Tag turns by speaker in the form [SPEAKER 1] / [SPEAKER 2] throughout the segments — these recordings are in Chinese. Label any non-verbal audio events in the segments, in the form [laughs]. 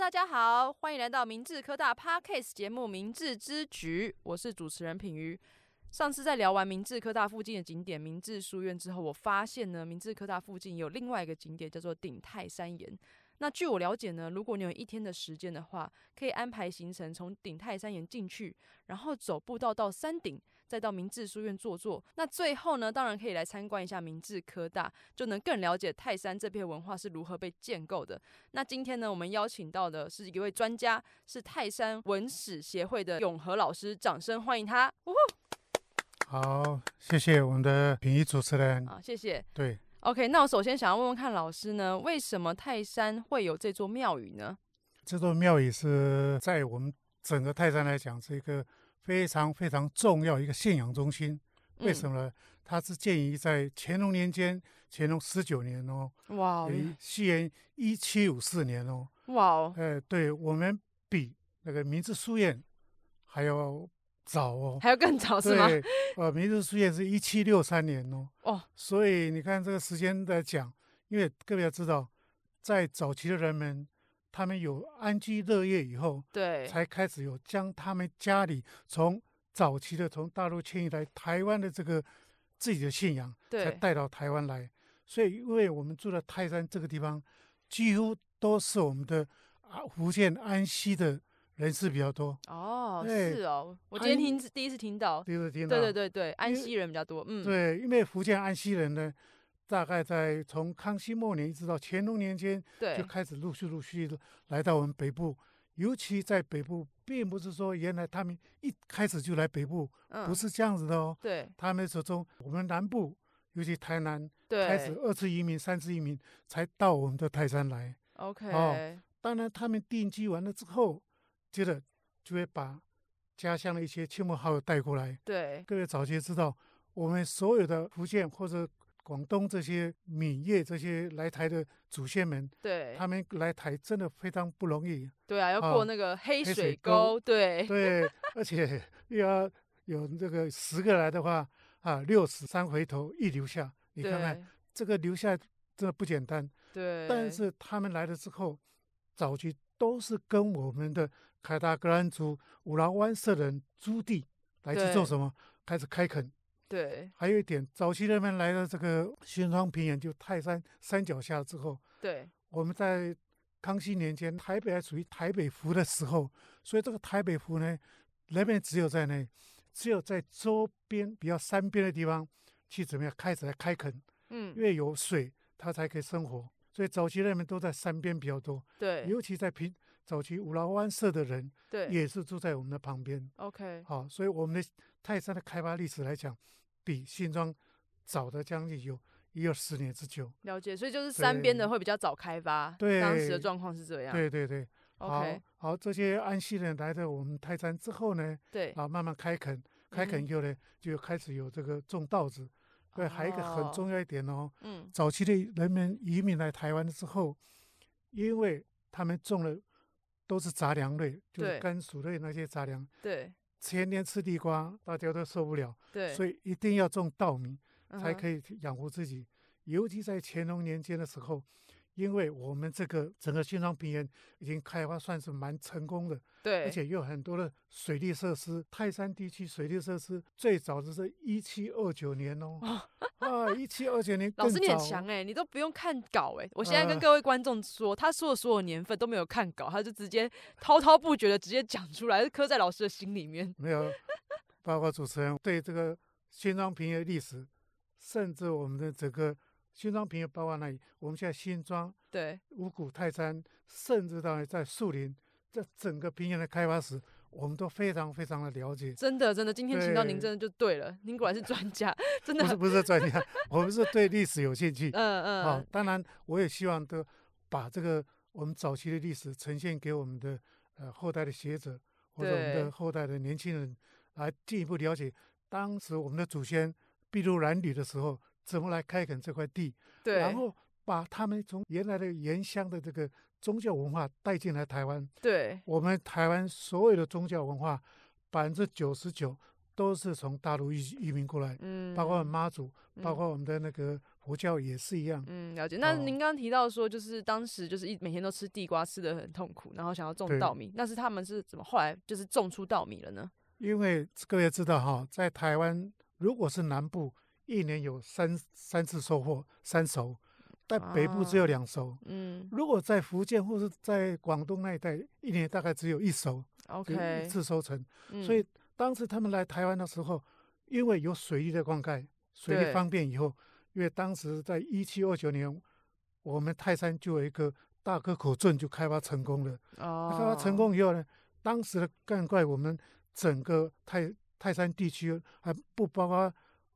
[SPEAKER 1] 大家好，欢迎来到明治科大 Podcast 节目《明治之局》，我是主持人品瑜。上次在聊完明治科大附近的景点明治书院之后，我发现呢，明治科大附近有另外一个景点叫做鼎泰山岩。那据我了解呢，如果你有一天的时间的话，可以安排行程从鼎泰山岩进去，然后走步道到山顶，再到明治书院坐坐。那最后呢，当然可以来参观一下明治科大，就能更了解泰山这片文化是如何被建构的。那今天呢，我们邀请到的是一位专家，是泰山文史协会的永和老师，掌声欢迎他！呜呼
[SPEAKER 2] 好，谢谢我们的品仪主持人。
[SPEAKER 1] 啊，谢谢。
[SPEAKER 2] 对，
[SPEAKER 1] OK，那我首先想要问问看老师呢，为什么泰山会有这座庙宇呢？
[SPEAKER 2] 这座庙宇是在我们整个泰山来讲是一个非常非常重要一个信仰中心。为什
[SPEAKER 1] 么？
[SPEAKER 2] 么呢？它是建于在乾隆年间，乾隆十九年哦，
[SPEAKER 1] 哇哦
[SPEAKER 2] 于西元一七五四年哦。
[SPEAKER 1] 哇哦，
[SPEAKER 2] 哎、对我们比那个明治书院还要早哦。
[SPEAKER 1] 还要更早是吗？
[SPEAKER 2] 对，呃，明治书院是一七六三年哦。
[SPEAKER 1] 哦，
[SPEAKER 2] 所以你看这个时间来讲，因为各位要知道，在早期的人们，他们有安居乐业以后，
[SPEAKER 1] 对，
[SPEAKER 2] 才开始有将他们家里从早期的从大陆迁移来台湾的这个自己的信仰，
[SPEAKER 1] 对，
[SPEAKER 2] 才带到台湾来。所以，因为我们住在泰山这个地方，几乎都是我们的啊福建安溪的人士比较多。
[SPEAKER 1] 哦，
[SPEAKER 2] 对
[SPEAKER 1] 是哦，我
[SPEAKER 2] 安
[SPEAKER 1] 今天听第一次听到，
[SPEAKER 2] 第一个啊听到，
[SPEAKER 1] 对对对对，安
[SPEAKER 2] 因为
[SPEAKER 1] 溪人比较多，嗯，
[SPEAKER 2] 对，因为福建安溪人呢，大概在从康熙末年一直到乾隆年间，就
[SPEAKER 1] 对，
[SPEAKER 2] 开始陆续陆续的来到我们北部。尤其在北部，并不是说原来他们一开始就来北部，
[SPEAKER 1] 嗯，
[SPEAKER 2] 不是这样子的哦。
[SPEAKER 1] 对
[SPEAKER 2] 他们是从我们南部，尤其台南开始
[SPEAKER 1] 对
[SPEAKER 2] 二次移民、三次移民，才到我们的泰山来。哦
[SPEAKER 1] ，OK，
[SPEAKER 2] 当然，他们定居完了之后，接着就会把家乡的一些亲朋好友带过来，
[SPEAKER 1] 对，
[SPEAKER 2] 各位早些知道，我们所有的福建或者广东这些闽粤这些来台的祖先们，
[SPEAKER 1] 对
[SPEAKER 2] 他，们来台真的非常不容易。
[SPEAKER 1] 对啊，要
[SPEAKER 2] 啊
[SPEAKER 1] 过那个黑
[SPEAKER 2] 黑
[SPEAKER 1] 水
[SPEAKER 2] 水
[SPEAKER 1] 沟，对，
[SPEAKER 2] 对，而
[SPEAKER 1] [laughs]
[SPEAKER 2] 且又要有这个十个来的话啊，六十三回头一留下，你看看
[SPEAKER 1] 对，
[SPEAKER 2] 这个留下真的不简单。
[SPEAKER 1] 对，
[SPEAKER 2] 但是他们来了之后，早期都是跟我们的凯达格兰族五郎湾社人租地来去
[SPEAKER 1] 对
[SPEAKER 2] 做什么？开始开垦。
[SPEAKER 1] 对
[SPEAKER 2] 还有一点，早期人们来到这个玄奘平原，就泰山山脚下之后，
[SPEAKER 1] 对
[SPEAKER 2] 我们在康熙年间，台北还属于台北府的时候，所以这个台北府呢，人们只有在那，只有在周边比较山边的地方去怎么样开始来开垦，因
[SPEAKER 1] 嗯，
[SPEAKER 2] 为有水，它才可以生活。所以早期人们都在山边比较多，
[SPEAKER 1] 对
[SPEAKER 2] 尤其在平早期五劳湾社的人
[SPEAKER 1] 对
[SPEAKER 2] 也是住在我们的旁边。
[SPEAKER 1] ，OK，
[SPEAKER 2] 好、所以我们的泰山的开发历史来讲，比新庄早的将近有一二十年之久。
[SPEAKER 1] 了解，所以就是山边的
[SPEAKER 2] 对
[SPEAKER 1] 会比较早开发，
[SPEAKER 2] 对
[SPEAKER 1] 当时的状况是这样，
[SPEAKER 2] 对对对，好
[SPEAKER 1] OK，
[SPEAKER 2] 好，这些安溪人来到我们泰山之后呢，
[SPEAKER 1] 对，嗯
[SPEAKER 2] 啊，慢慢开垦，开垦以后呢，就开始有这个种稻子。对，还有一个
[SPEAKER 1] 哦
[SPEAKER 2] 很重要一点哦，
[SPEAKER 1] 嗯，
[SPEAKER 2] 早期的人们移民来台湾之后，因为他们种了都是杂粮类，就是
[SPEAKER 1] 对
[SPEAKER 2] 甘薯类那些杂粮，
[SPEAKER 1] 对
[SPEAKER 2] 天天吃地瓜，大家都受不了，
[SPEAKER 1] 对，嗯
[SPEAKER 2] 所以一定要种稻米。才
[SPEAKER 1] 以
[SPEAKER 2] 可以养活自己。尤其在乾隆年间的时候，因为我们这个整个新庄平原已经开发算是蛮成功的，
[SPEAKER 1] 对，
[SPEAKER 2] 而且又有很多的水利设施。泰山地区水利设施最早的是一七二九年哦，啊，一七二九年
[SPEAKER 1] 老
[SPEAKER 2] 更
[SPEAKER 1] 师你很
[SPEAKER 2] 早。
[SPEAKER 1] 强哎、你都不用看稿哎、我现在跟
[SPEAKER 2] 呃
[SPEAKER 1] 各位观众说，他说的所有年份都没有看稿，他就直接滔滔不绝的直接讲出来，是刻在老师的心里面。
[SPEAKER 2] 没有，包括主持人对这个新庄平原历史，甚至我们的整个新庄平原包括那里，我们现在新庄
[SPEAKER 1] 对
[SPEAKER 2] 五谷泰山，甚至到在树林，这整个平原的开发史，我们都非常非常的了解。
[SPEAKER 1] 真的真的，今天请到您
[SPEAKER 2] 对
[SPEAKER 1] 真的就对了，您果然是专家，真的
[SPEAKER 2] 不是
[SPEAKER 1] 很，
[SPEAKER 2] 不是专家， [laughs] 我们是对历史有兴趣。
[SPEAKER 1] 嗯嗯、
[SPEAKER 2] 啊，当然我也希望都把这个我们早期的历史呈现给我们的呃后代的学者或者我们
[SPEAKER 1] 对
[SPEAKER 2] 的后代的年轻人，来进一步了解当时我们的祖先筚路蓝缕的时候，怎么来开垦这块地，
[SPEAKER 1] 对，
[SPEAKER 2] 然后把他们从原来的原乡的这个宗教文化带进来台湾。
[SPEAKER 1] 对
[SPEAKER 2] 我们台湾所有的宗教文化，百分之九十九都是从大陆移移民过来，
[SPEAKER 1] 嗯，
[SPEAKER 2] 包括妈祖，
[SPEAKER 1] 嗯
[SPEAKER 2] 包括我们的那个佛教也是一样。
[SPEAKER 1] 嗯，了解。那
[SPEAKER 2] 哦
[SPEAKER 1] 您刚刚提到说，就是当时就是一每天都吃地瓜，吃的很痛苦，然后想要种
[SPEAKER 2] 对
[SPEAKER 1] 稻米，那是他们是怎么后来就是种出稻米了呢？
[SPEAKER 2] 因为各位知道哈，在台湾如果是南部，一年有三三次收获三熟，但北部只有
[SPEAKER 1] 啊
[SPEAKER 2] 两熟。
[SPEAKER 1] 嗯
[SPEAKER 2] 如果在福建或是在广东那一带，一年大概只有一熟，只有
[SPEAKER 1] ，OK，
[SPEAKER 2] 一次收成。
[SPEAKER 1] 嗯
[SPEAKER 2] 所以当时他们来台湾的时候，因为有水利的灌溉，水
[SPEAKER 1] 对
[SPEAKER 2] 利方便以后，因为当时在一七二九年，我们泰山就有一个大沟口镇就开发成功了。那开发
[SPEAKER 1] 哦，
[SPEAKER 2] 成功以后呢，当时的灌溉我们整个泰泰山地区还不包括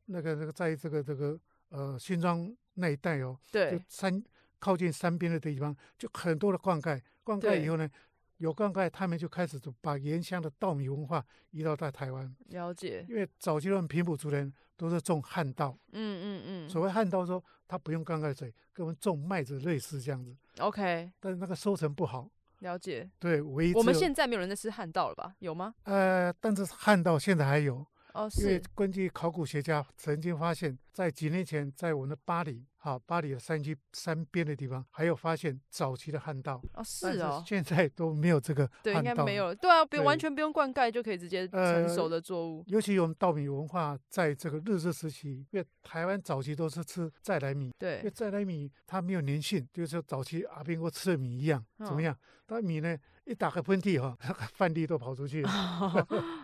[SPEAKER 2] 那个那个在这个这个呃新庄那一带哦，就
[SPEAKER 1] 对，
[SPEAKER 2] 山靠近山边的地方，就很多的灌溉。灌溉
[SPEAKER 1] 对
[SPEAKER 2] 以后呢，有灌溉，他们就开始就把原乡的稻米文化移到在台湾。
[SPEAKER 1] 了解，
[SPEAKER 2] 因为早期的平埔族人都是种旱稻，
[SPEAKER 1] 嗯嗯嗯
[SPEAKER 2] 所谓旱稻说他不用灌溉水，跟我们种麦子类似这样子，
[SPEAKER 1] ，OK，
[SPEAKER 2] 但是那个收成不好。
[SPEAKER 1] 了解。
[SPEAKER 2] 对，唯一
[SPEAKER 1] 我们
[SPEAKER 2] 只有
[SPEAKER 1] 现在没有人在吃旱稻了吧？有吗？
[SPEAKER 2] 呃，但是旱稻现在还有，
[SPEAKER 1] 哦，
[SPEAKER 2] 因为
[SPEAKER 1] 是，
[SPEAKER 2] 根据考古学家曾经发现，在几年前，在我们的巴黎，哈，巴黎的山区山边的地方，还有发现早期的旱稻。
[SPEAKER 1] 哦
[SPEAKER 2] 但
[SPEAKER 1] 是哦，
[SPEAKER 2] 现在都没有这个
[SPEAKER 1] 对，应
[SPEAKER 2] 旱
[SPEAKER 1] 该
[SPEAKER 2] 稻
[SPEAKER 1] 没
[SPEAKER 2] 了。
[SPEAKER 1] 有了，对啊，不用完
[SPEAKER 2] 对
[SPEAKER 1] 全不用灌溉就可以直接成
[SPEAKER 2] 呃
[SPEAKER 1] 熟的作物，
[SPEAKER 2] 尤其我们稻米文化在这个日治时期，因为台湾早期都是吃再来米，因
[SPEAKER 1] [laughs]
[SPEAKER 2] 为
[SPEAKER 1] 对，
[SPEAKER 2] 再来米它没有粘性，就是说早期阿兵哥吃的米一样，怎么
[SPEAKER 1] 嗯
[SPEAKER 2] 样？它米呢一打个喷嚏哈、 [laughs] 那个饭粒都跑出
[SPEAKER 1] 哦
[SPEAKER 2] 去了。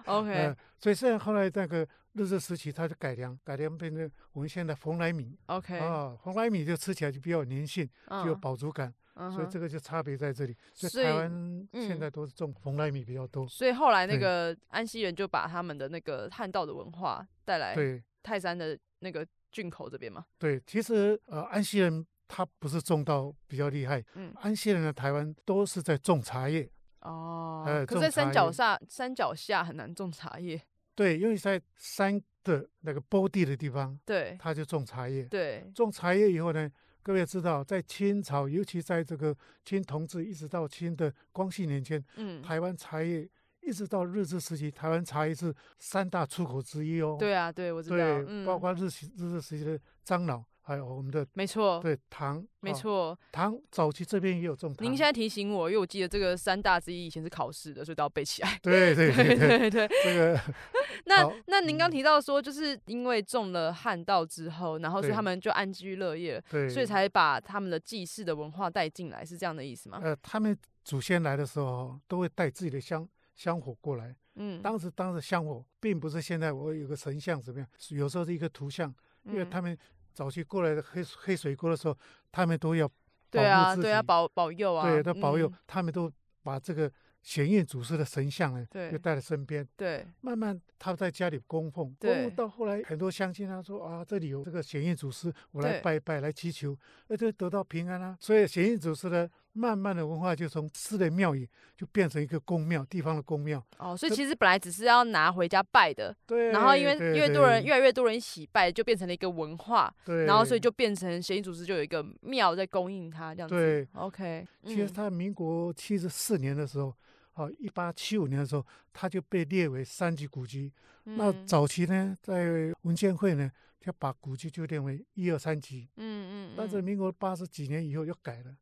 [SPEAKER 1] OK
[SPEAKER 2] [laughs] 呃，所以现在后来那个日治时期，它就改良，改良变成我们现在蓬莱米
[SPEAKER 1] OK，
[SPEAKER 2] 啊，蓬莱米就吃起来就比较有粘性，就有饱足感，
[SPEAKER 1] 嗯
[SPEAKER 2] 所以
[SPEAKER 1] 哼
[SPEAKER 2] 这个就差别在这里。所以
[SPEAKER 1] 所以
[SPEAKER 2] 台湾
[SPEAKER 1] 嗯
[SPEAKER 2] 现在都是种蓬莱米比较多，
[SPEAKER 1] 所以后来那
[SPEAKER 2] 对
[SPEAKER 1] 个安溪人就把他们的那个汉道的文化带来
[SPEAKER 2] 对。
[SPEAKER 1] 泰山的那个郡口这边嘛。
[SPEAKER 2] 对，其实呃，安溪人他不是种稻比较厉害，
[SPEAKER 1] 嗯，
[SPEAKER 2] 安溪人的台湾都是在种茶叶。
[SPEAKER 1] 哦，
[SPEAKER 2] 呃
[SPEAKER 1] 可是
[SPEAKER 2] 种
[SPEAKER 1] 在山
[SPEAKER 2] 茶
[SPEAKER 1] 脚
[SPEAKER 2] 叶
[SPEAKER 1] 下，山脚下很难种茶叶。
[SPEAKER 2] 对，因为在山的那个坡地的地方，
[SPEAKER 1] 对
[SPEAKER 2] 他就种茶叶。
[SPEAKER 1] 对，
[SPEAKER 2] 种茶叶以后呢，各位也知道，在清朝，尤其在这个清同治一直到清的光绪年间，
[SPEAKER 1] 嗯，
[SPEAKER 2] 台湾茶叶一直到日治时期，台湾茶叶是三大出口之一哦。
[SPEAKER 1] 对啊，对我知道，
[SPEAKER 2] 对，
[SPEAKER 1] 嗯，
[SPEAKER 2] 包括日期日治时期的樟脑，还有我们的
[SPEAKER 1] 没错，
[SPEAKER 2] 对糖，
[SPEAKER 1] 没
[SPEAKER 2] 哦，
[SPEAKER 1] 错。
[SPEAKER 2] 糖早期这边也有种糖。
[SPEAKER 1] 您现在提醒我，因为我记得这个三大之一以前是考试的，所以都要背起来。
[SPEAKER 2] [laughs] 对对对
[SPEAKER 1] 对
[SPEAKER 2] 对，
[SPEAKER 1] [laughs] 对对，
[SPEAKER 2] [laughs] 这个
[SPEAKER 1] 那
[SPEAKER 2] 好
[SPEAKER 1] 那您刚
[SPEAKER 2] 嗯
[SPEAKER 1] 提到说，就是因为中了汉道之后，然后所以
[SPEAKER 2] 对
[SPEAKER 1] 他们就安居乐业了，
[SPEAKER 2] 对，
[SPEAKER 1] 所以才把他们的祭祀的文化带进来，是这样的意思吗？
[SPEAKER 2] 呃，他们祖先来的时候都会带自己的香香火过来。
[SPEAKER 1] 嗯，
[SPEAKER 2] 当时当时香火并不是现在我有个神像怎么样，是有时候是一个图像，因为
[SPEAKER 1] 嗯
[SPEAKER 2] 他们早期过来的黑黑水沟的时候，他们都要保
[SPEAKER 1] 对
[SPEAKER 2] 护
[SPEAKER 1] 啊，
[SPEAKER 2] 自
[SPEAKER 1] 对啊，
[SPEAKER 2] 己
[SPEAKER 1] 保保佑啊，
[SPEAKER 2] 对都保佑
[SPEAKER 1] 嗯，
[SPEAKER 2] 他们都把这个显应祖师的神像呢，
[SPEAKER 1] 对
[SPEAKER 2] 就带在身边。
[SPEAKER 1] 对，
[SPEAKER 2] 慢慢他在家里供奉，供
[SPEAKER 1] 对
[SPEAKER 2] 奉到后来，很多乡亲他说啊，这里有这个显应祖师，我来
[SPEAKER 1] 对
[SPEAKER 2] 拜一拜，来祈求，那就得到平安啊。所以显应祖师呢，慢慢的文化就从私人庙宇就变成一个公庙，地方的公庙。
[SPEAKER 1] 哦，所以
[SPEAKER 2] 这
[SPEAKER 1] 其实本来只是要拿回家拜的，
[SPEAKER 2] 对，
[SPEAKER 1] 然后因为
[SPEAKER 2] 对
[SPEAKER 1] 越多人
[SPEAKER 2] 对
[SPEAKER 1] 越来越多人一起拜，就变成了一个文化，
[SPEAKER 2] 对，
[SPEAKER 1] 然后所以就变成协议组织就有一个庙在供应它这样子。
[SPEAKER 2] 对。
[SPEAKER 1] OK，
[SPEAKER 2] 其实
[SPEAKER 1] 嗯，
[SPEAKER 2] 他民国七十四年的时候，啊，一八七五年的时候，他就被列为三级古迹。那
[SPEAKER 1] 嗯
[SPEAKER 2] 早期呢，在文建会呢，就把古迹就列为一二三级。
[SPEAKER 1] 嗯嗯，
[SPEAKER 2] 但是
[SPEAKER 1] 嗯
[SPEAKER 2] 民国八十几年以后又改了，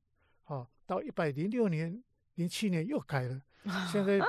[SPEAKER 2] 啊，到一百零六年、零七年又改了，现在把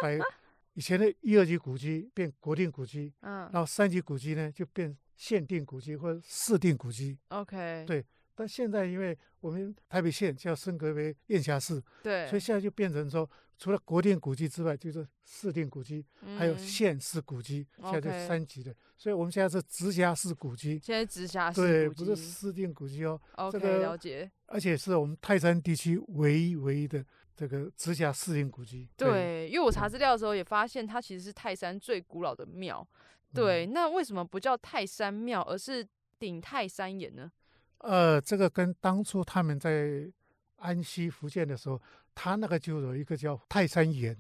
[SPEAKER 2] 以前的一二级古迹变国定
[SPEAKER 1] [laughs]
[SPEAKER 2] 古迹，
[SPEAKER 1] 嗯
[SPEAKER 2] 然后三级古迹呢就变限定古迹或者市定古迹。
[SPEAKER 1] ，OK，
[SPEAKER 2] 对但现在因为我们台北县叫升格为燕辖市，
[SPEAKER 1] 对，
[SPEAKER 2] 所以现在就变成说，除了国定古迹之外，就是市定古迹，还有
[SPEAKER 1] 嗯
[SPEAKER 2] 县市古迹，现在就
[SPEAKER 1] OK
[SPEAKER 2] 三级的。所以我们现在是直辖市古迹，
[SPEAKER 1] 现在直辖市
[SPEAKER 2] 对，
[SPEAKER 1] 古
[SPEAKER 2] 不是
[SPEAKER 1] 迹
[SPEAKER 2] 市定古迹哦。
[SPEAKER 1] OK
[SPEAKER 2] 个
[SPEAKER 1] 了解，
[SPEAKER 2] 而且是我们泰山地区唯一唯一的这个直辖市定古迹。
[SPEAKER 1] 对，因为我查资料的时候也发现它其实是泰山最古老的庙。对，
[SPEAKER 2] 嗯
[SPEAKER 1] 那为什么不叫泰山庙，而是顶泰山岩呢？
[SPEAKER 2] 呃，这个跟当初他们在安溪福建的时候，他那个就有一个叫泰山岩，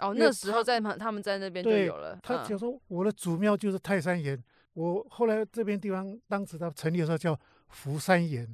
[SPEAKER 1] 哦，
[SPEAKER 2] 因为
[SPEAKER 1] 那时候在他他们在那边就
[SPEAKER 2] 对
[SPEAKER 1] 有了。
[SPEAKER 2] 他
[SPEAKER 1] 嗯
[SPEAKER 2] 就说我的祖庙就是泰山岩，我后来这边地方当时他成立的时候叫福山岩，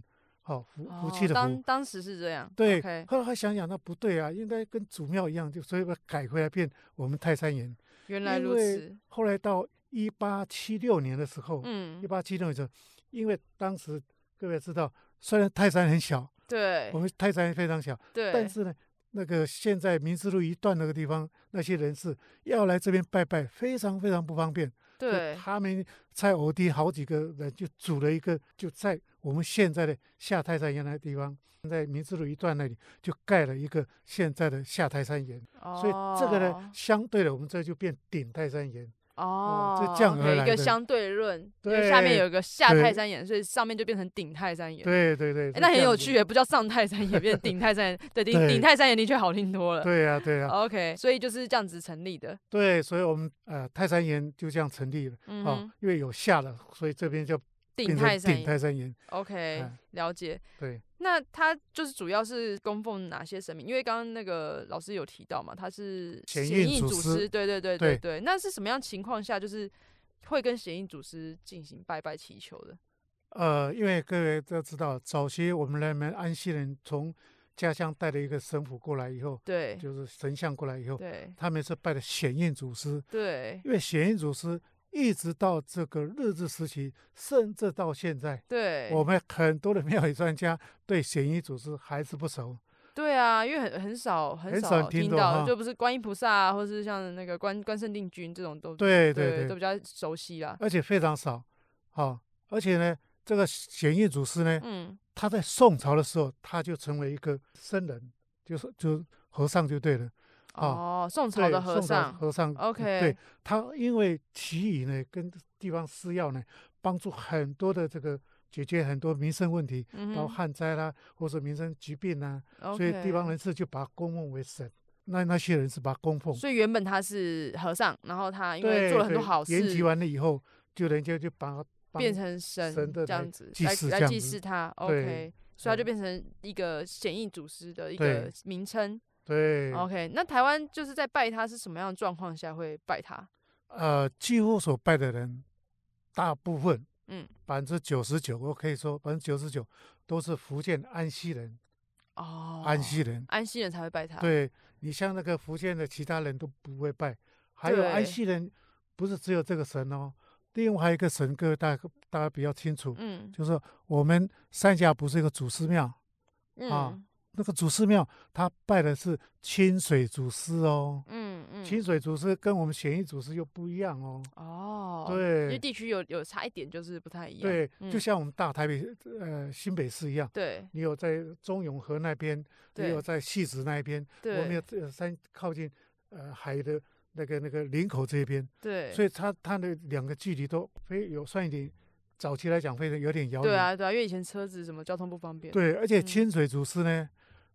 [SPEAKER 2] 好、福福气
[SPEAKER 1] 哦
[SPEAKER 2] 的
[SPEAKER 1] 当
[SPEAKER 2] 福。
[SPEAKER 1] 当时是这样。
[SPEAKER 2] 对
[SPEAKER 1] OK，
[SPEAKER 2] 后来他想想，那不对啊，应该跟祖庙一样，就所以把它改回来变我们泰山岩。
[SPEAKER 1] 原来
[SPEAKER 2] 因
[SPEAKER 1] 如
[SPEAKER 2] 为
[SPEAKER 1] 此。
[SPEAKER 2] 后来到一八七六年的时候，
[SPEAKER 1] 嗯
[SPEAKER 2] 一，八七六年的时候，因为当时各位知道，虽然泰山很小，
[SPEAKER 1] 对
[SPEAKER 2] 我们泰山非常小，
[SPEAKER 1] 对，
[SPEAKER 2] 但是呢，那个现在民治路一段那个地方，那些人士要来这边拜拜，非常非常不方便。所以
[SPEAKER 1] 对
[SPEAKER 2] 他们在偶地好几个人就组了一个，就在我们现在的下泰山岩那个地方，在民治路一段那里就盖了一个现在的下泰山岩，
[SPEAKER 1] 哦
[SPEAKER 2] 所以这个呢，相对的我们这就变顶泰山岩。
[SPEAKER 1] 哦，
[SPEAKER 2] 这这样而
[SPEAKER 1] 有一
[SPEAKER 2] 来
[SPEAKER 1] 个
[SPEAKER 2] 的
[SPEAKER 1] 相对论，因为下面
[SPEAKER 2] 对
[SPEAKER 1] 有一个下
[SPEAKER 2] 对
[SPEAKER 1] 泰山岩，所以上面就变成顶泰山岩。
[SPEAKER 2] 对对
[SPEAKER 1] 诶，
[SPEAKER 2] 对，是
[SPEAKER 1] 哎那
[SPEAKER 2] 这
[SPEAKER 1] 很
[SPEAKER 2] 样
[SPEAKER 1] 有
[SPEAKER 2] 子
[SPEAKER 1] 趣。耶，不叫上泰山岩，变成顶泰山岩。
[SPEAKER 2] [laughs]
[SPEAKER 1] 对，顶顶
[SPEAKER 2] 对
[SPEAKER 1] 泰山岩的确好听多了。
[SPEAKER 2] 对呀、对呀、
[SPEAKER 1] OK，所以就是这样子成立的。
[SPEAKER 2] 对，所以我们呃泰山岩就这样成立了
[SPEAKER 1] 嗯
[SPEAKER 2] 啊、
[SPEAKER 1] 哼，
[SPEAKER 2] 因为有下了，所以这边就
[SPEAKER 1] 顶
[SPEAKER 2] 变
[SPEAKER 1] 泰嗯
[SPEAKER 2] 成
[SPEAKER 1] 山
[SPEAKER 2] 顶
[SPEAKER 1] 岩。
[SPEAKER 2] 泰山岩。
[SPEAKER 1] OK，
[SPEAKER 2] 哎
[SPEAKER 1] 了解。
[SPEAKER 2] 对，
[SPEAKER 1] 那它就是主要是供奉哪些神明？因为刚刚那个老师有提到嘛，他是
[SPEAKER 2] 显
[SPEAKER 1] 显
[SPEAKER 2] 应
[SPEAKER 1] 应
[SPEAKER 2] 祖
[SPEAKER 1] 祖
[SPEAKER 2] 师
[SPEAKER 1] 师，对对对对
[SPEAKER 2] 对
[SPEAKER 1] 对。那是什么样情况下就是会跟显应祖师进行拜拜祈求的？
[SPEAKER 2] 呃，因为各位都知道，早些我们人们安溪人从家乡带了一个神符过来以后，
[SPEAKER 1] 对
[SPEAKER 2] 就是神像过来以后，
[SPEAKER 1] 对
[SPEAKER 2] 他们是拜的显应祖师，
[SPEAKER 1] 对
[SPEAKER 2] 因为显应祖师一直到这个日治时期，甚至到现在，
[SPEAKER 1] 对，
[SPEAKER 2] 我们很多的庙宇专家对显应祖师还是不熟。
[SPEAKER 1] 对啊，因为很很少很
[SPEAKER 2] 很
[SPEAKER 1] 少
[SPEAKER 2] 少
[SPEAKER 1] 听
[SPEAKER 2] 听到
[SPEAKER 1] 到，
[SPEAKER 2] 哈
[SPEAKER 1] 就不是观音菩萨啊，或是像那个关关圣帝君这种都
[SPEAKER 2] 对
[SPEAKER 1] 对
[SPEAKER 2] 对
[SPEAKER 1] 都比较熟悉啦。
[SPEAKER 2] 而且非常少，好、而且呢，这个显应祖师呢，
[SPEAKER 1] 嗯，
[SPEAKER 2] 他在宋朝的时候，他就成为一个僧人，就是就是和尚就对了，
[SPEAKER 1] 哦，宋朝
[SPEAKER 2] 对，
[SPEAKER 1] 的和
[SPEAKER 2] 宋朝
[SPEAKER 1] 尚
[SPEAKER 2] 和尚
[SPEAKER 1] ，OK，
[SPEAKER 2] 对他因为祈雨呢，跟地方施药呢，帮助很多的这个解决很多民生问题，
[SPEAKER 1] 嗯
[SPEAKER 2] 包括
[SPEAKER 1] 哼
[SPEAKER 2] 旱灾啦，或者民生疾病啦、所以
[SPEAKER 1] OK
[SPEAKER 2] 地方人士就把他供奉为神，那那些人是把他供奉，
[SPEAKER 1] 所以原本他是和尚，然后他因为
[SPEAKER 2] 对，
[SPEAKER 1] 做了很多
[SPEAKER 2] 对
[SPEAKER 1] 好
[SPEAKER 2] 研习
[SPEAKER 1] 事，
[SPEAKER 2] 完了以后，就人家就把他帮
[SPEAKER 1] 变成神
[SPEAKER 2] 神的
[SPEAKER 1] 这
[SPEAKER 2] 来
[SPEAKER 1] 样子
[SPEAKER 2] 祭祀
[SPEAKER 1] 来来
[SPEAKER 2] 这样
[SPEAKER 1] 祭
[SPEAKER 2] 子
[SPEAKER 1] 祀他。
[SPEAKER 2] 对
[SPEAKER 1] OK，所以他就
[SPEAKER 2] 对
[SPEAKER 1] 变成一个显应祖师的一
[SPEAKER 2] 对
[SPEAKER 1] 个名称。
[SPEAKER 2] 对
[SPEAKER 1] OK，那台湾就是在拜他是什么样的状况下会拜他？
[SPEAKER 2] 呃，几乎所拜的人，大部分，
[SPEAKER 1] 嗯，
[SPEAKER 2] 百分之九十九，我可以说百分之九十九都是福建安溪人，
[SPEAKER 1] 哦，啊
[SPEAKER 2] 安溪人。
[SPEAKER 1] 安溪人才会拜他。
[SPEAKER 2] 对你像那个福建的其他人都不会拜，还有安
[SPEAKER 1] 对
[SPEAKER 2] 溪人，不是只有这个神哦，另外一个神，各位大家大家比较清楚，
[SPEAKER 1] 嗯
[SPEAKER 2] 就是我们三峡不是有个祖师庙，啊
[SPEAKER 1] 嗯
[SPEAKER 2] 那个祖师庙他拜的是清水祖师哦，
[SPEAKER 1] 嗯嗯，
[SPEAKER 2] 清水祖师跟我们显义祖师又不一样哦。
[SPEAKER 1] 哦，，因为
[SPEAKER 2] 对
[SPEAKER 1] 地区有有差一点，就是不太一样。
[SPEAKER 2] 对，
[SPEAKER 1] 嗯
[SPEAKER 2] 就像我们大台北呃新北市一样，
[SPEAKER 1] 对
[SPEAKER 2] 你有在中永和那边，你有
[SPEAKER 1] 对
[SPEAKER 2] 在戏子那一边，我
[SPEAKER 1] 对
[SPEAKER 2] 们有这山靠近呃海的那个那个林口这边，
[SPEAKER 1] 对，
[SPEAKER 2] 所以它它的两个距离都非有算一点，早期来讲非常有点遥远。
[SPEAKER 1] 对啊对啊，因为以前车子什么交通不方便。，
[SPEAKER 2] 对而且
[SPEAKER 1] 嗯
[SPEAKER 2] 清水祖师呢，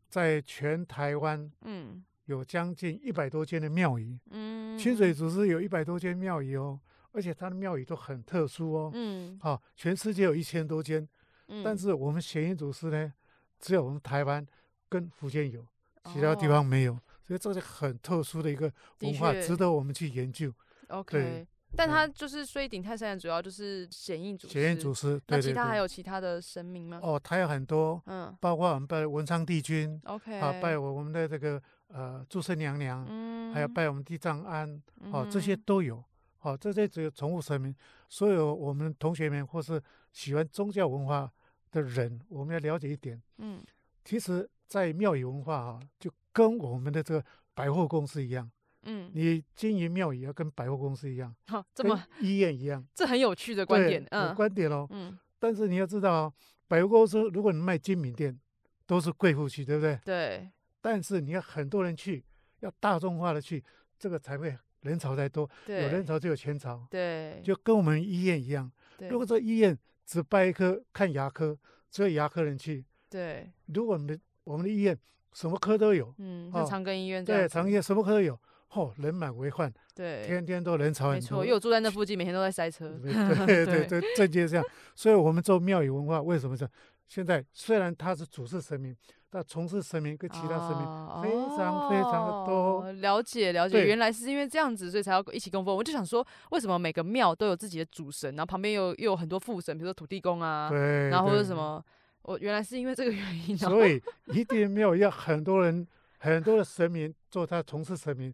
[SPEAKER 2] 在全台湾
[SPEAKER 1] 嗯
[SPEAKER 2] 有将近一百多间的庙宇，
[SPEAKER 1] 嗯，
[SPEAKER 2] 清水祖师有一百多间庙宇哦，而且它的庙宇都很特殊哦。
[SPEAKER 1] 嗯，
[SPEAKER 2] 好、全世界有一千多间，
[SPEAKER 1] 嗯
[SPEAKER 2] 但是我们显影祖师呢，只有我们台湾跟福建有，其他地
[SPEAKER 1] 哦
[SPEAKER 2] 方没有，所以这是很特殊的一个
[SPEAKER 1] 的
[SPEAKER 2] 文化，
[SPEAKER 1] 确
[SPEAKER 2] 值得我们去研究。
[SPEAKER 1] OK，但
[SPEAKER 2] 嗯
[SPEAKER 1] 它就是所以顶泰山的主要就是显应祖师，
[SPEAKER 2] 显影祖师，
[SPEAKER 1] 那
[SPEAKER 2] 对
[SPEAKER 1] 其
[SPEAKER 2] 对对，
[SPEAKER 1] 他还有其他的神明吗？
[SPEAKER 2] 哦，他有很多，
[SPEAKER 1] 嗯
[SPEAKER 2] 包括我们拜文昌帝君
[SPEAKER 1] ，OK，
[SPEAKER 2] 啊，拜我们的这个呃祝生娘娘，
[SPEAKER 1] 嗯，
[SPEAKER 2] 还有拜我们地藏庵，哦，这些
[SPEAKER 1] 嗯
[SPEAKER 2] 都有。哦，这些只有宠物神明，所有我们同学们或是喜欢宗教文化的人，我们要了解一点，
[SPEAKER 1] 嗯
[SPEAKER 2] 其实，在庙宇文化啊，就跟我们的这个百货公司一样，
[SPEAKER 1] 嗯，
[SPEAKER 2] 你经营庙宇要跟百货公司一样，
[SPEAKER 1] 好，这
[SPEAKER 2] 跟
[SPEAKER 1] 么
[SPEAKER 2] 医院一样。
[SPEAKER 1] 这很有趣的观
[SPEAKER 2] 对
[SPEAKER 1] 点，
[SPEAKER 2] 有
[SPEAKER 1] 嗯
[SPEAKER 2] 观点哦。
[SPEAKER 1] 嗯，
[SPEAKER 2] 但是你要知道、哦，百货公司如果你卖精品店，都是贵妇区，对不对？
[SPEAKER 1] 对，
[SPEAKER 2] 但是你要很多人去，要大众化的去，这个才会人潮才多，有
[SPEAKER 1] 对，
[SPEAKER 2] 人潮就有钱潮，
[SPEAKER 1] 对，
[SPEAKER 2] 就跟我们医院一样。
[SPEAKER 1] 对
[SPEAKER 2] 如果说医院只办一科看牙科，只有牙科人去，
[SPEAKER 1] 对，
[SPEAKER 2] 如果我们的我们的医院什么科都有。
[SPEAKER 1] 嗯，像
[SPEAKER 2] 哦
[SPEAKER 1] 长庚医院这样
[SPEAKER 2] 对，
[SPEAKER 1] 子，
[SPEAKER 2] 长夜什么科都有，哦，人满为患，
[SPEAKER 1] 对，
[SPEAKER 2] 天天都人潮
[SPEAKER 1] 没
[SPEAKER 2] 很
[SPEAKER 1] 错，
[SPEAKER 2] 多。
[SPEAKER 1] 因为我住在那附近，每天都在塞车，
[SPEAKER 2] [laughs] 对
[SPEAKER 1] 对
[SPEAKER 2] 对对，正就是这样。所以，我们做庙宇文化，为什么这样？现在虽然他是主事神明，但从事神明跟其他神明，
[SPEAKER 1] 啊
[SPEAKER 2] 非常非常地多
[SPEAKER 1] 哦了解了解，
[SPEAKER 2] 对
[SPEAKER 1] 原来是因为这样子，所以才要一起供奉。我就想说，为什么每个庙都有自己的主神，然后旁边又又有很多副神，比如说土地公啊，
[SPEAKER 2] 对，
[SPEAKER 1] 然后或者
[SPEAKER 2] 对
[SPEAKER 1] 什。么，我原来是因为这个原因。哦然后 [laughs]
[SPEAKER 2] 所以一定没有要很多人、很多的神明做他从事神明，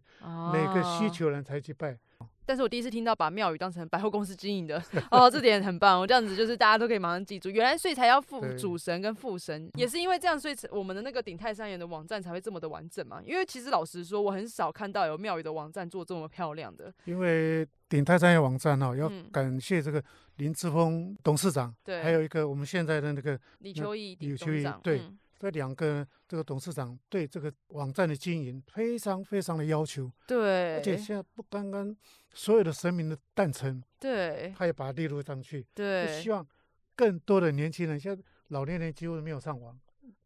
[SPEAKER 2] 每个需
[SPEAKER 1] 啊
[SPEAKER 2] 求人才去拜。
[SPEAKER 1] 但是我第一次听到把庙宇当成百货公司经营的，哦，这点很棒。我这样子就是大家都可以马上记住，原来所以才要副
[SPEAKER 2] 对
[SPEAKER 1] 主神跟副神，也是因为这样，所以才我们的那个鼎泰三元的网站才会这么的完整嘛。因为其实老实说，我很少看到有庙宇的网站做这么漂亮的。
[SPEAKER 2] 因为鼎泰商业网站哦，要
[SPEAKER 1] 嗯
[SPEAKER 2] 感谢这个林志峰董事长，
[SPEAKER 1] 对，
[SPEAKER 2] 还有一个我们现在的那个
[SPEAKER 1] 李
[SPEAKER 2] 那
[SPEAKER 1] 秋意
[SPEAKER 2] 李
[SPEAKER 1] 董
[SPEAKER 2] 秋
[SPEAKER 1] 事
[SPEAKER 2] 意
[SPEAKER 1] 长，
[SPEAKER 2] 对
[SPEAKER 1] 嗯
[SPEAKER 2] 这两个这个董事长对这个网站的经营非常非常的要求，
[SPEAKER 1] 对，
[SPEAKER 2] 而且现在不刚刚所有的神明的诞辰，
[SPEAKER 1] 对
[SPEAKER 2] 他也把它列入上去，就
[SPEAKER 1] 嗯对
[SPEAKER 2] 希望更多的年轻人，现在老年人几乎没有上网，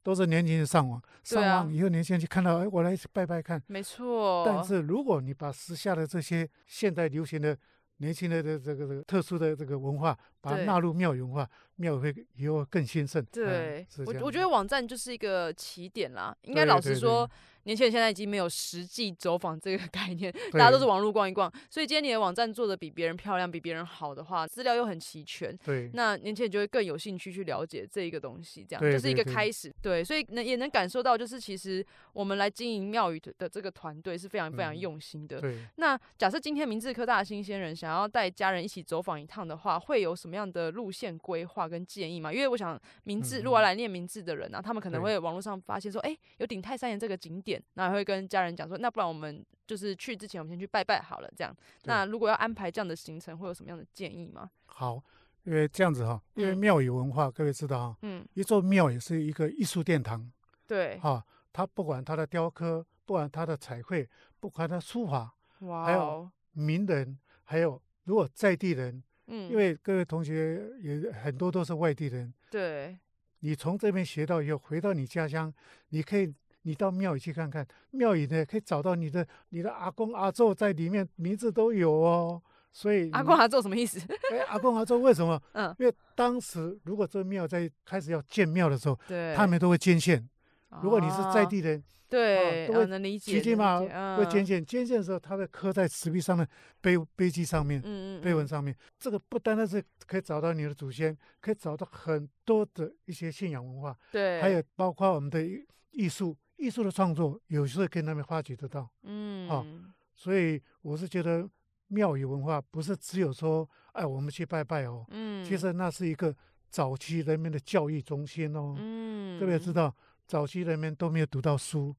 [SPEAKER 2] 都是年轻人上网，
[SPEAKER 1] 对
[SPEAKER 2] 上
[SPEAKER 1] 啊
[SPEAKER 2] 网以后年轻人去看到，哎，我来拜拜看。
[SPEAKER 1] 没错，
[SPEAKER 2] 但是如果你把时下的这些现代流行的年轻人的这个这个特殊的这个文化，把它
[SPEAKER 1] 对
[SPEAKER 2] 纳入庙宇文化，庙宇会以后更兴盛。
[SPEAKER 1] 对
[SPEAKER 2] 嗯、是，
[SPEAKER 1] 我
[SPEAKER 2] 这样
[SPEAKER 1] 我觉
[SPEAKER 2] 子
[SPEAKER 1] 得网站就是一个起点啦。应该
[SPEAKER 2] 对
[SPEAKER 1] 老
[SPEAKER 2] 对
[SPEAKER 1] 实
[SPEAKER 2] 对
[SPEAKER 1] 说，年轻人现在已经没有实际走访这个 [laughs] 概念，大家都
[SPEAKER 2] 对
[SPEAKER 1] 是网络逛一逛。所以今天你的网站做的比别人漂亮，比别人好的话，资料又很齐全，
[SPEAKER 2] 对
[SPEAKER 1] 那年轻人就会更有兴趣去了解这一个东西，这样
[SPEAKER 2] 对
[SPEAKER 1] 就是一个
[SPEAKER 2] 对对
[SPEAKER 1] 开始。对，所以能也能感受到，就是其实我们来经营庙宇的的这个团队是非常非常
[SPEAKER 2] 嗯
[SPEAKER 1] 用心的。
[SPEAKER 2] 对。
[SPEAKER 1] 那假设今天明治科大的新鲜人想要带家人一起走访一趟的话，会有什么样的路线规划跟建议吗？因为我想明治，
[SPEAKER 2] 嗯
[SPEAKER 1] 如果来念明治的人啊，他们可能
[SPEAKER 2] 对
[SPEAKER 1] 会网络上发现说，哎、有鼎泰三岩这个景点，那会跟家人讲说，那不然我们就是去之前，我们先去拜拜好了，这样。
[SPEAKER 2] 对
[SPEAKER 1] 那如果要安排这样的行程，会有什么样的建议吗？
[SPEAKER 2] 好，因为这样子哈、因为
[SPEAKER 1] 嗯
[SPEAKER 2] 庙宇文化，各位知道哈、
[SPEAKER 1] 嗯，
[SPEAKER 2] 一座庙也是一个艺术殿堂
[SPEAKER 1] 对，
[SPEAKER 2] 哈、它不管它的雕刻，不管它的彩绘，不管它的书法，
[SPEAKER 1] 哇
[SPEAKER 2] 还有
[SPEAKER 1] 哦，
[SPEAKER 2] 名人，还有如果在地人，
[SPEAKER 1] 嗯，
[SPEAKER 2] 因为各位同学也很多都是外地人，
[SPEAKER 1] 对，
[SPEAKER 2] 你从这边学到以后，回到你家乡，你可以。你到庙宇去看看，庙宇呢可以找到你的你的阿公阿祖在里面，名字都有哦。所以
[SPEAKER 1] 阿
[SPEAKER 2] 你
[SPEAKER 1] 公阿做什么意思？ [laughs]
[SPEAKER 2] 哎，阿公阿祖为什么？
[SPEAKER 1] 嗯，
[SPEAKER 2] 因为当时如果这庙在开始要建庙的时候，
[SPEAKER 1] 对，
[SPEAKER 2] 他们都会捐献。如果你是在
[SPEAKER 1] 哦，
[SPEAKER 2] 地人，
[SPEAKER 1] 对，
[SPEAKER 2] 都会
[SPEAKER 1] 啊能理解，
[SPEAKER 2] 骑骑马
[SPEAKER 1] 能理解
[SPEAKER 2] 会捐，
[SPEAKER 1] 嗯
[SPEAKER 2] 献，捐献的时候，他会刻在石壁上面、碑碑记上面、
[SPEAKER 1] 嗯嗯，
[SPEAKER 2] 碑文
[SPEAKER 1] 嗯
[SPEAKER 2] 上面。这个不单单是可以找到你的祖先，可以找到很多的一些信仰文化，
[SPEAKER 1] 对，
[SPEAKER 2] 还有包括我们的艺艺术、艺术的创作，有时候跟他们发掘得到。
[SPEAKER 1] 嗯，
[SPEAKER 2] 哦所以我是觉得庙宇文化不是只有说，哎，我们去拜拜哦，
[SPEAKER 1] 嗯，
[SPEAKER 2] 其实那是一个早期人们的教育中心哦。
[SPEAKER 1] 嗯，
[SPEAKER 2] 各位知道，早期人们都没有读到书，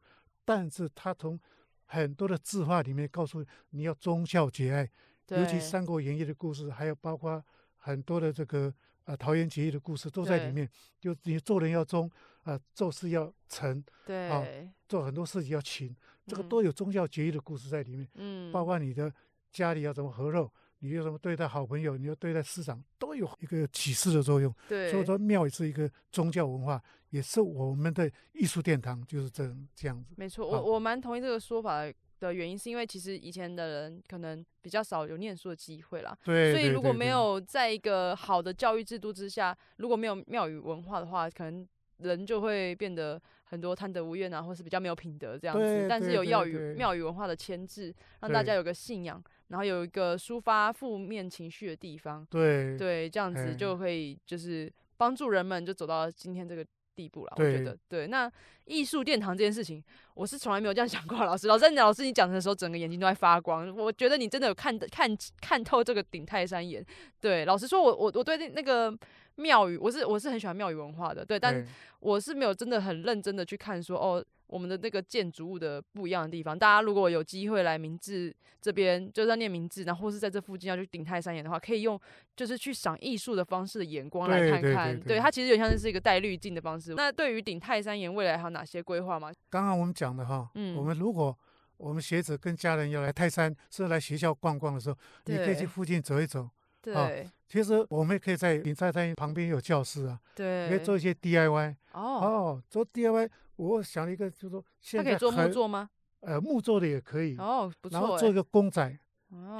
[SPEAKER 2] 但是他从很多的字画里面告诉你要忠孝节爱，尤其
[SPEAKER 1] 对
[SPEAKER 2] 《三国演义》的故事，还有包括很多的这个呃桃园结义的故事都在
[SPEAKER 1] 对
[SPEAKER 2] 里面。就你做人要忠，啊、做事要诚，
[SPEAKER 1] 对，
[SPEAKER 2] 做很多事情要勤，这个
[SPEAKER 1] 嗯
[SPEAKER 2] 都有忠孝节义的故事在里面。
[SPEAKER 1] 嗯，
[SPEAKER 2] 包括你的家里要怎么和肉，你要怎么对待好朋友，你要对待市长，都有一个启示的作用。
[SPEAKER 1] 对，
[SPEAKER 2] 所以说，庙也是一个宗教文化，也是我们的艺术殿堂，就是这这样子。
[SPEAKER 1] 没错，
[SPEAKER 2] 好
[SPEAKER 1] 我我蛮同意这个说法的。的原因是因为其实以前的人可能比较少有念书的机会啦，
[SPEAKER 2] 对，
[SPEAKER 1] 所以
[SPEAKER 2] 对
[SPEAKER 1] 如果
[SPEAKER 2] 对
[SPEAKER 1] 没
[SPEAKER 2] 对
[SPEAKER 1] 有在一个好的教育制度之下，如果没有庙宇文化的话，可能人就会变得很多贪得无厌啊，或是比较没有品德这样子
[SPEAKER 2] 对。
[SPEAKER 1] 但是
[SPEAKER 2] 对
[SPEAKER 1] 有
[SPEAKER 2] 对
[SPEAKER 1] 庙宇
[SPEAKER 2] 对
[SPEAKER 1] 庙宇文化的牵制，让大家
[SPEAKER 2] 对
[SPEAKER 1] 有个信仰，然后有一个抒发负面情绪的地方。
[SPEAKER 2] 对
[SPEAKER 1] 对，这样子
[SPEAKER 2] 哎
[SPEAKER 1] 就可以就是帮助人们就走到今天这个地步了。我觉
[SPEAKER 2] 对
[SPEAKER 1] 得，对。那艺术殿堂这件事情，我是从来没有这样 [laughs] 想过。老师，老师，老师，你讲的时候，整个眼睛都在发光。我觉得你真的有看得看看透这个顶泰山岩。对，老实说我，我我对那个庙宇，我是我是很喜欢庙宇文化的。对，但
[SPEAKER 2] 对
[SPEAKER 1] 我是没有真的很认真的去看说哦，我们的那个建筑物的不一样的地方。大家如果有机会来明治这边，就是要念明治，然后或是在这附近要去鼎泰山岩的话，可以用就是去赏艺术的方式的眼光来
[SPEAKER 2] 对
[SPEAKER 1] 看
[SPEAKER 2] 对
[SPEAKER 1] 看。
[SPEAKER 2] 对对
[SPEAKER 1] 它其实有点像是一个带滤镜的方式。那对于鼎泰山岩未来还有哪些规划吗？
[SPEAKER 2] 刚刚我们讲的哈，
[SPEAKER 1] 嗯
[SPEAKER 2] 我们如果我们学者跟家人要来泰山，是来学校逛逛的时候，你可以
[SPEAKER 1] 对
[SPEAKER 2] 去附近走一走。
[SPEAKER 1] 对、
[SPEAKER 2] 好其实我们也可以在林泰山旁边有教室啊，
[SPEAKER 1] 对，
[SPEAKER 2] 你可以做一些 DIY。
[SPEAKER 1] 哦，
[SPEAKER 2] 哦，做 DIY，我想了一个，就是说
[SPEAKER 1] 它
[SPEAKER 2] 现
[SPEAKER 1] 可以
[SPEAKER 2] 在
[SPEAKER 1] 做木
[SPEAKER 2] 很
[SPEAKER 1] 做吗？
[SPEAKER 2] 呃木做的也可以，
[SPEAKER 1] 哦，不
[SPEAKER 2] 然后
[SPEAKER 1] 错、
[SPEAKER 2] 做一
[SPEAKER 1] 欸，
[SPEAKER 2] 个公仔，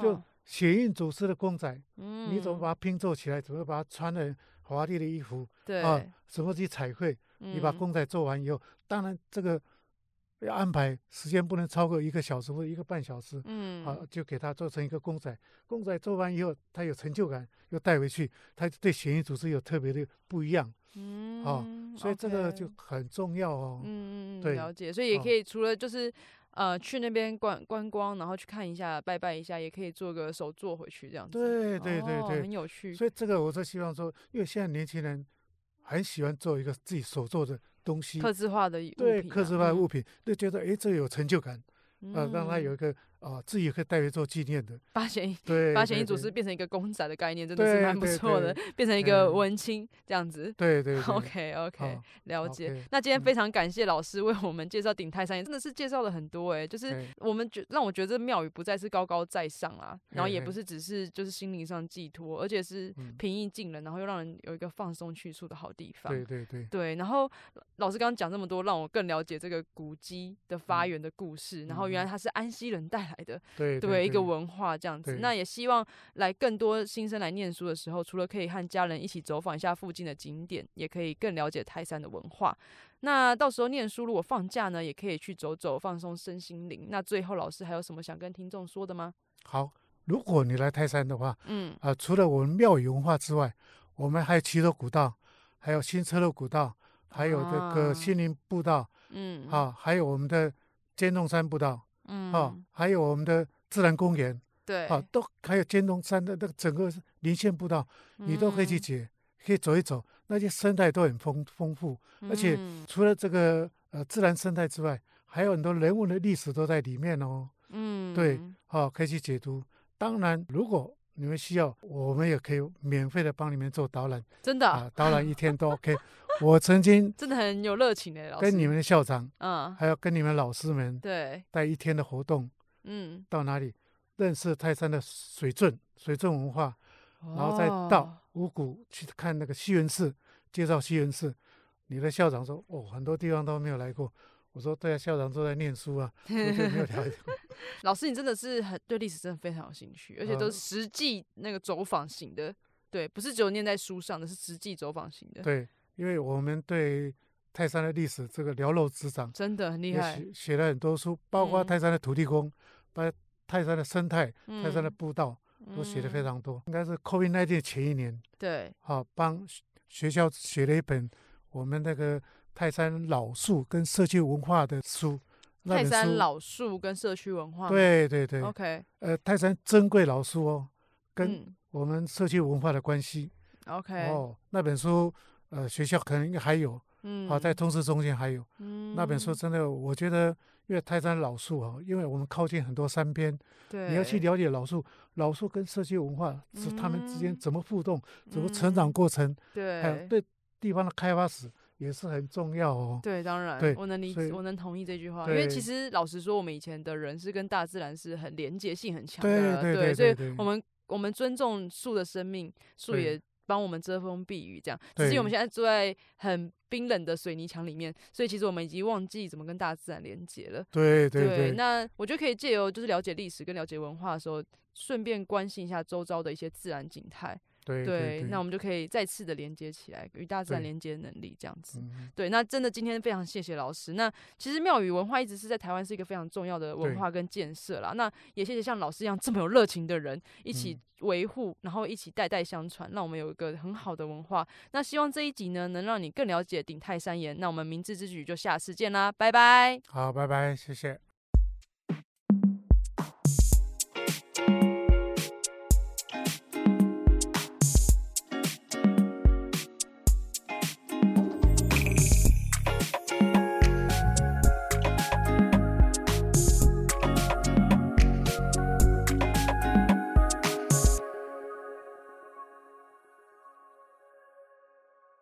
[SPEAKER 2] 就
[SPEAKER 1] 哦
[SPEAKER 2] 血印祖师的公仔，
[SPEAKER 1] 嗯
[SPEAKER 2] 你怎么把它拼凑起来？怎么把它穿的华丽的衣服
[SPEAKER 1] 对、
[SPEAKER 2] 啊？怎么去彩绘？
[SPEAKER 1] 嗯
[SPEAKER 2] 你把公仔做完以后，当然这个要安排时间不能超过一个小时或一个半小时，
[SPEAKER 1] 嗯
[SPEAKER 2] 好，就给它做成一个公仔。公仔做完以后，它有成就感，又带回去，它对血印祖师有特别的不一样，
[SPEAKER 1] 嗯
[SPEAKER 2] 好所以这个
[SPEAKER 1] OK
[SPEAKER 2] 就很重要哦。
[SPEAKER 1] 嗯嗯嗯，
[SPEAKER 2] 对
[SPEAKER 1] 了解。所以也
[SPEAKER 2] 哦
[SPEAKER 1] 可以除了就是呃去那边观观光，然后去看一下，拜拜一下，也可以做个手作回去这样子。
[SPEAKER 2] 对对对
[SPEAKER 1] 哦
[SPEAKER 2] 对
[SPEAKER 1] 很有趣。
[SPEAKER 2] 所以这个我是希望说，因为现在年轻人很喜欢做一个自己手做的东西，
[SPEAKER 1] 刻字化的物
[SPEAKER 2] 对，
[SPEAKER 1] 品
[SPEAKER 2] 刻
[SPEAKER 1] 啊
[SPEAKER 2] 字化的物品，就觉得诶这有成就感，
[SPEAKER 1] 嗯
[SPEAKER 2] 呃，让他有
[SPEAKER 1] 嗯
[SPEAKER 2] 一个啊、自己可以带回做纪念的。
[SPEAKER 1] 八弦
[SPEAKER 2] 对，
[SPEAKER 1] 八弦一
[SPEAKER 2] 对
[SPEAKER 1] 组
[SPEAKER 2] 对
[SPEAKER 1] 是变成一个公仔的概念，真的是
[SPEAKER 2] 对
[SPEAKER 1] 蛮不
[SPEAKER 2] 对
[SPEAKER 1] 错的，变成一个
[SPEAKER 2] 嗯
[SPEAKER 1] 文青这样子。
[SPEAKER 2] 对对对
[SPEAKER 1] OK OK，
[SPEAKER 2] 好
[SPEAKER 1] 了解。
[SPEAKER 2] OK，
[SPEAKER 1] 那今天
[SPEAKER 2] 嗯
[SPEAKER 1] 非常感谢老师为我们介绍鼎泰山爷，真的是介绍了很多哎、就是
[SPEAKER 2] 对
[SPEAKER 1] 我们觉让我觉得这庙宇不再是高高在上啊，然后也
[SPEAKER 2] 嘿
[SPEAKER 1] 不是只是就是心灵上寄托，而且是
[SPEAKER 2] 嗯
[SPEAKER 1] 平易近人，然后又让人有一个放松去处的好地方。
[SPEAKER 2] 对对对，
[SPEAKER 1] 对，然后老师刚刚讲这么多，让我更了解这个古迹的发源的故事，然后原
[SPEAKER 2] 嗯嗯嗯
[SPEAKER 1] 来它是安溪人带来的，
[SPEAKER 2] 对
[SPEAKER 1] 对一个文化这样子。
[SPEAKER 2] 对
[SPEAKER 1] 那也希望来更多新生来念书的时候，除了可以和家人一起走访一下附近的景点，也可以更了解泰山的文化。那到时候念书如果放假呢，也可以去走走，放松身心灵。那最后老师还有什么想跟听众说的吗？
[SPEAKER 2] 好。如果你来泰山的话，
[SPEAKER 1] 嗯，
[SPEAKER 2] 啊、除了我们庙宇文化之外，我们还有骑楼古道，还有新车路古道，还有这
[SPEAKER 1] 啊
[SPEAKER 2] 个心灵步道
[SPEAKER 1] 嗯，
[SPEAKER 2] 啊，还有我们的尖洞山步道
[SPEAKER 1] 嗯，
[SPEAKER 2] 啊，还有我们的自然公园
[SPEAKER 1] 对，
[SPEAKER 2] 啊，都还有尖洞山的那个整个林线步道，你都可以去
[SPEAKER 1] 嗯，
[SPEAKER 2] 解，可以走一走，那些生态都很丰丰富。而且
[SPEAKER 1] 嗯
[SPEAKER 2] 除了这个呃自然生态之外，还有很多人文的历史都在里面哦。
[SPEAKER 1] 嗯，
[SPEAKER 2] 对好、可以去解读。当然，如果你们需要，我们也可以免费的帮你们做导览
[SPEAKER 1] 真的、
[SPEAKER 2] 啊，导览一天都 OK。我曾经
[SPEAKER 1] 真的很有热情 [laughs] 的老师，
[SPEAKER 2] 跟你们的校长，
[SPEAKER 1] 嗯，
[SPEAKER 2] 还有跟你们老师们
[SPEAKER 1] 对，
[SPEAKER 2] 带一天的活动
[SPEAKER 1] 嗯，
[SPEAKER 2] 到哪里，认识泰山的水圳、水圳文化，
[SPEAKER 1] 然
[SPEAKER 2] 然后再
[SPEAKER 1] 哦
[SPEAKER 2] 到五谷去看那个西园寺，介绍西园寺。你的校长说，哦，很多地方都没有来过。我说，对啊，校长都在念书啊，我就没有了解
[SPEAKER 1] [laughs]
[SPEAKER 2] 过。
[SPEAKER 1] 老师，你真的是很对历史真的非常有兴趣，而且都
[SPEAKER 2] 呃
[SPEAKER 1] 是实际那个走访型的，对，不是只有念在书上的，是实际走访型的，
[SPEAKER 2] 对，因为我们对泰山的历史这个了如指掌，
[SPEAKER 1] 真的很厉
[SPEAKER 2] 也
[SPEAKER 1] 害。
[SPEAKER 2] 写写了很多书，包括
[SPEAKER 1] 嗯
[SPEAKER 2] 泰山的土地公，包括泰山的生态、泰山的
[SPEAKER 1] 嗯
[SPEAKER 2] 步道，都写的非
[SPEAKER 1] 嗯
[SPEAKER 2] 常多。应该是 COVID-19 前一年，
[SPEAKER 1] 对，
[SPEAKER 2] 啊，帮学学校写了一本我们那个泰山老树跟社区文化的书。那
[SPEAKER 1] 泰
[SPEAKER 2] 本
[SPEAKER 1] 山
[SPEAKER 2] 书，
[SPEAKER 1] 老树跟社区文化嘛，
[SPEAKER 2] 对对对，
[SPEAKER 1] ，OK，
[SPEAKER 2] 呃，泰山珍贵老树哦，跟
[SPEAKER 1] 嗯
[SPEAKER 2] 我们社区文化的关系、
[SPEAKER 1] ，OK，
[SPEAKER 2] 哦。那本书，呃，学校可能还有，
[SPEAKER 1] 嗯，
[SPEAKER 2] 啊，在通识中心还有。那本书
[SPEAKER 1] 嗯，
[SPEAKER 2] 真的，我觉得，因为泰山老树啊，因为我们靠近很多山边，
[SPEAKER 1] 对，
[SPEAKER 2] 你要去了解老树，老树跟社区文化是他们之间
[SPEAKER 1] 嗯
[SPEAKER 2] 怎么互动，怎么成长
[SPEAKER 1] 嗯，
[SPEAKER 2] 过程，还有
[SPEAKER 1] 对，
[SPEAKER 2] 对地方的开发史也是很重要哦。
[SPEAKER 1] 对，当然，
[SPEAKER 2] 对
[SPEAKER 1] 我能理
[SPEAKER 2] 所以
[SPEAKER 1] 解，我能同意这句话，因为其
[SPEAKER 2] 对
[SPEAKER 1] 实老实说，我们以前的人是跟大自然是很连接性很强
[SPEAKER 2] 对
[SPEAKER 1] 的，
[SPEAKER 2] 对对
[SPEAKER 1] 所以
[SPEAKER 2] 对对
[SPEAKER 1] 我们我们尊重树的生命，树
[SPEAKER 2] 对
[SPEAKER 1] 也帮我们遮风避雨，这样。只是因为我们
[SPEAKER 2] 对
[SPEAKER 1] 现在住在很冰冷的水泥墙里面，所以其实我们已经忘记怎么跟大自然连接了。
[SPEAKER 2] 对对对
[SPEAKER 1] 那我觉得可以借由就是了解历史跟了解文化的时候，顺便关心一下周遭的一些自然景态，
[SPEAKER 2] 对对，
[SPEAKER 1] 那我们就可以再次的连接起来，与大自然
[SPEAKER 2] 对
[SPEAKER 1] 连接的能力这样子。
[SPEAKER 2] 嗯
[SPEAKER 1] 对，那真的今天非常谢谢老师。那其实庙宇文化一直是在台湾是一个非常重要的文
[SPEAKER 2] 对
[SPEAKER 1] 化跟建设啦。那也谢谢像老师一样这么有热情的人，一起维护，然后一起代代相传，让我们有一个很好的文化。那希望这一集呢，能让你更了解鼎泰山岩。那我们明智之举就下次见啦，拜拜。
[SPEAKER 2] 好，拜拜，谢谢。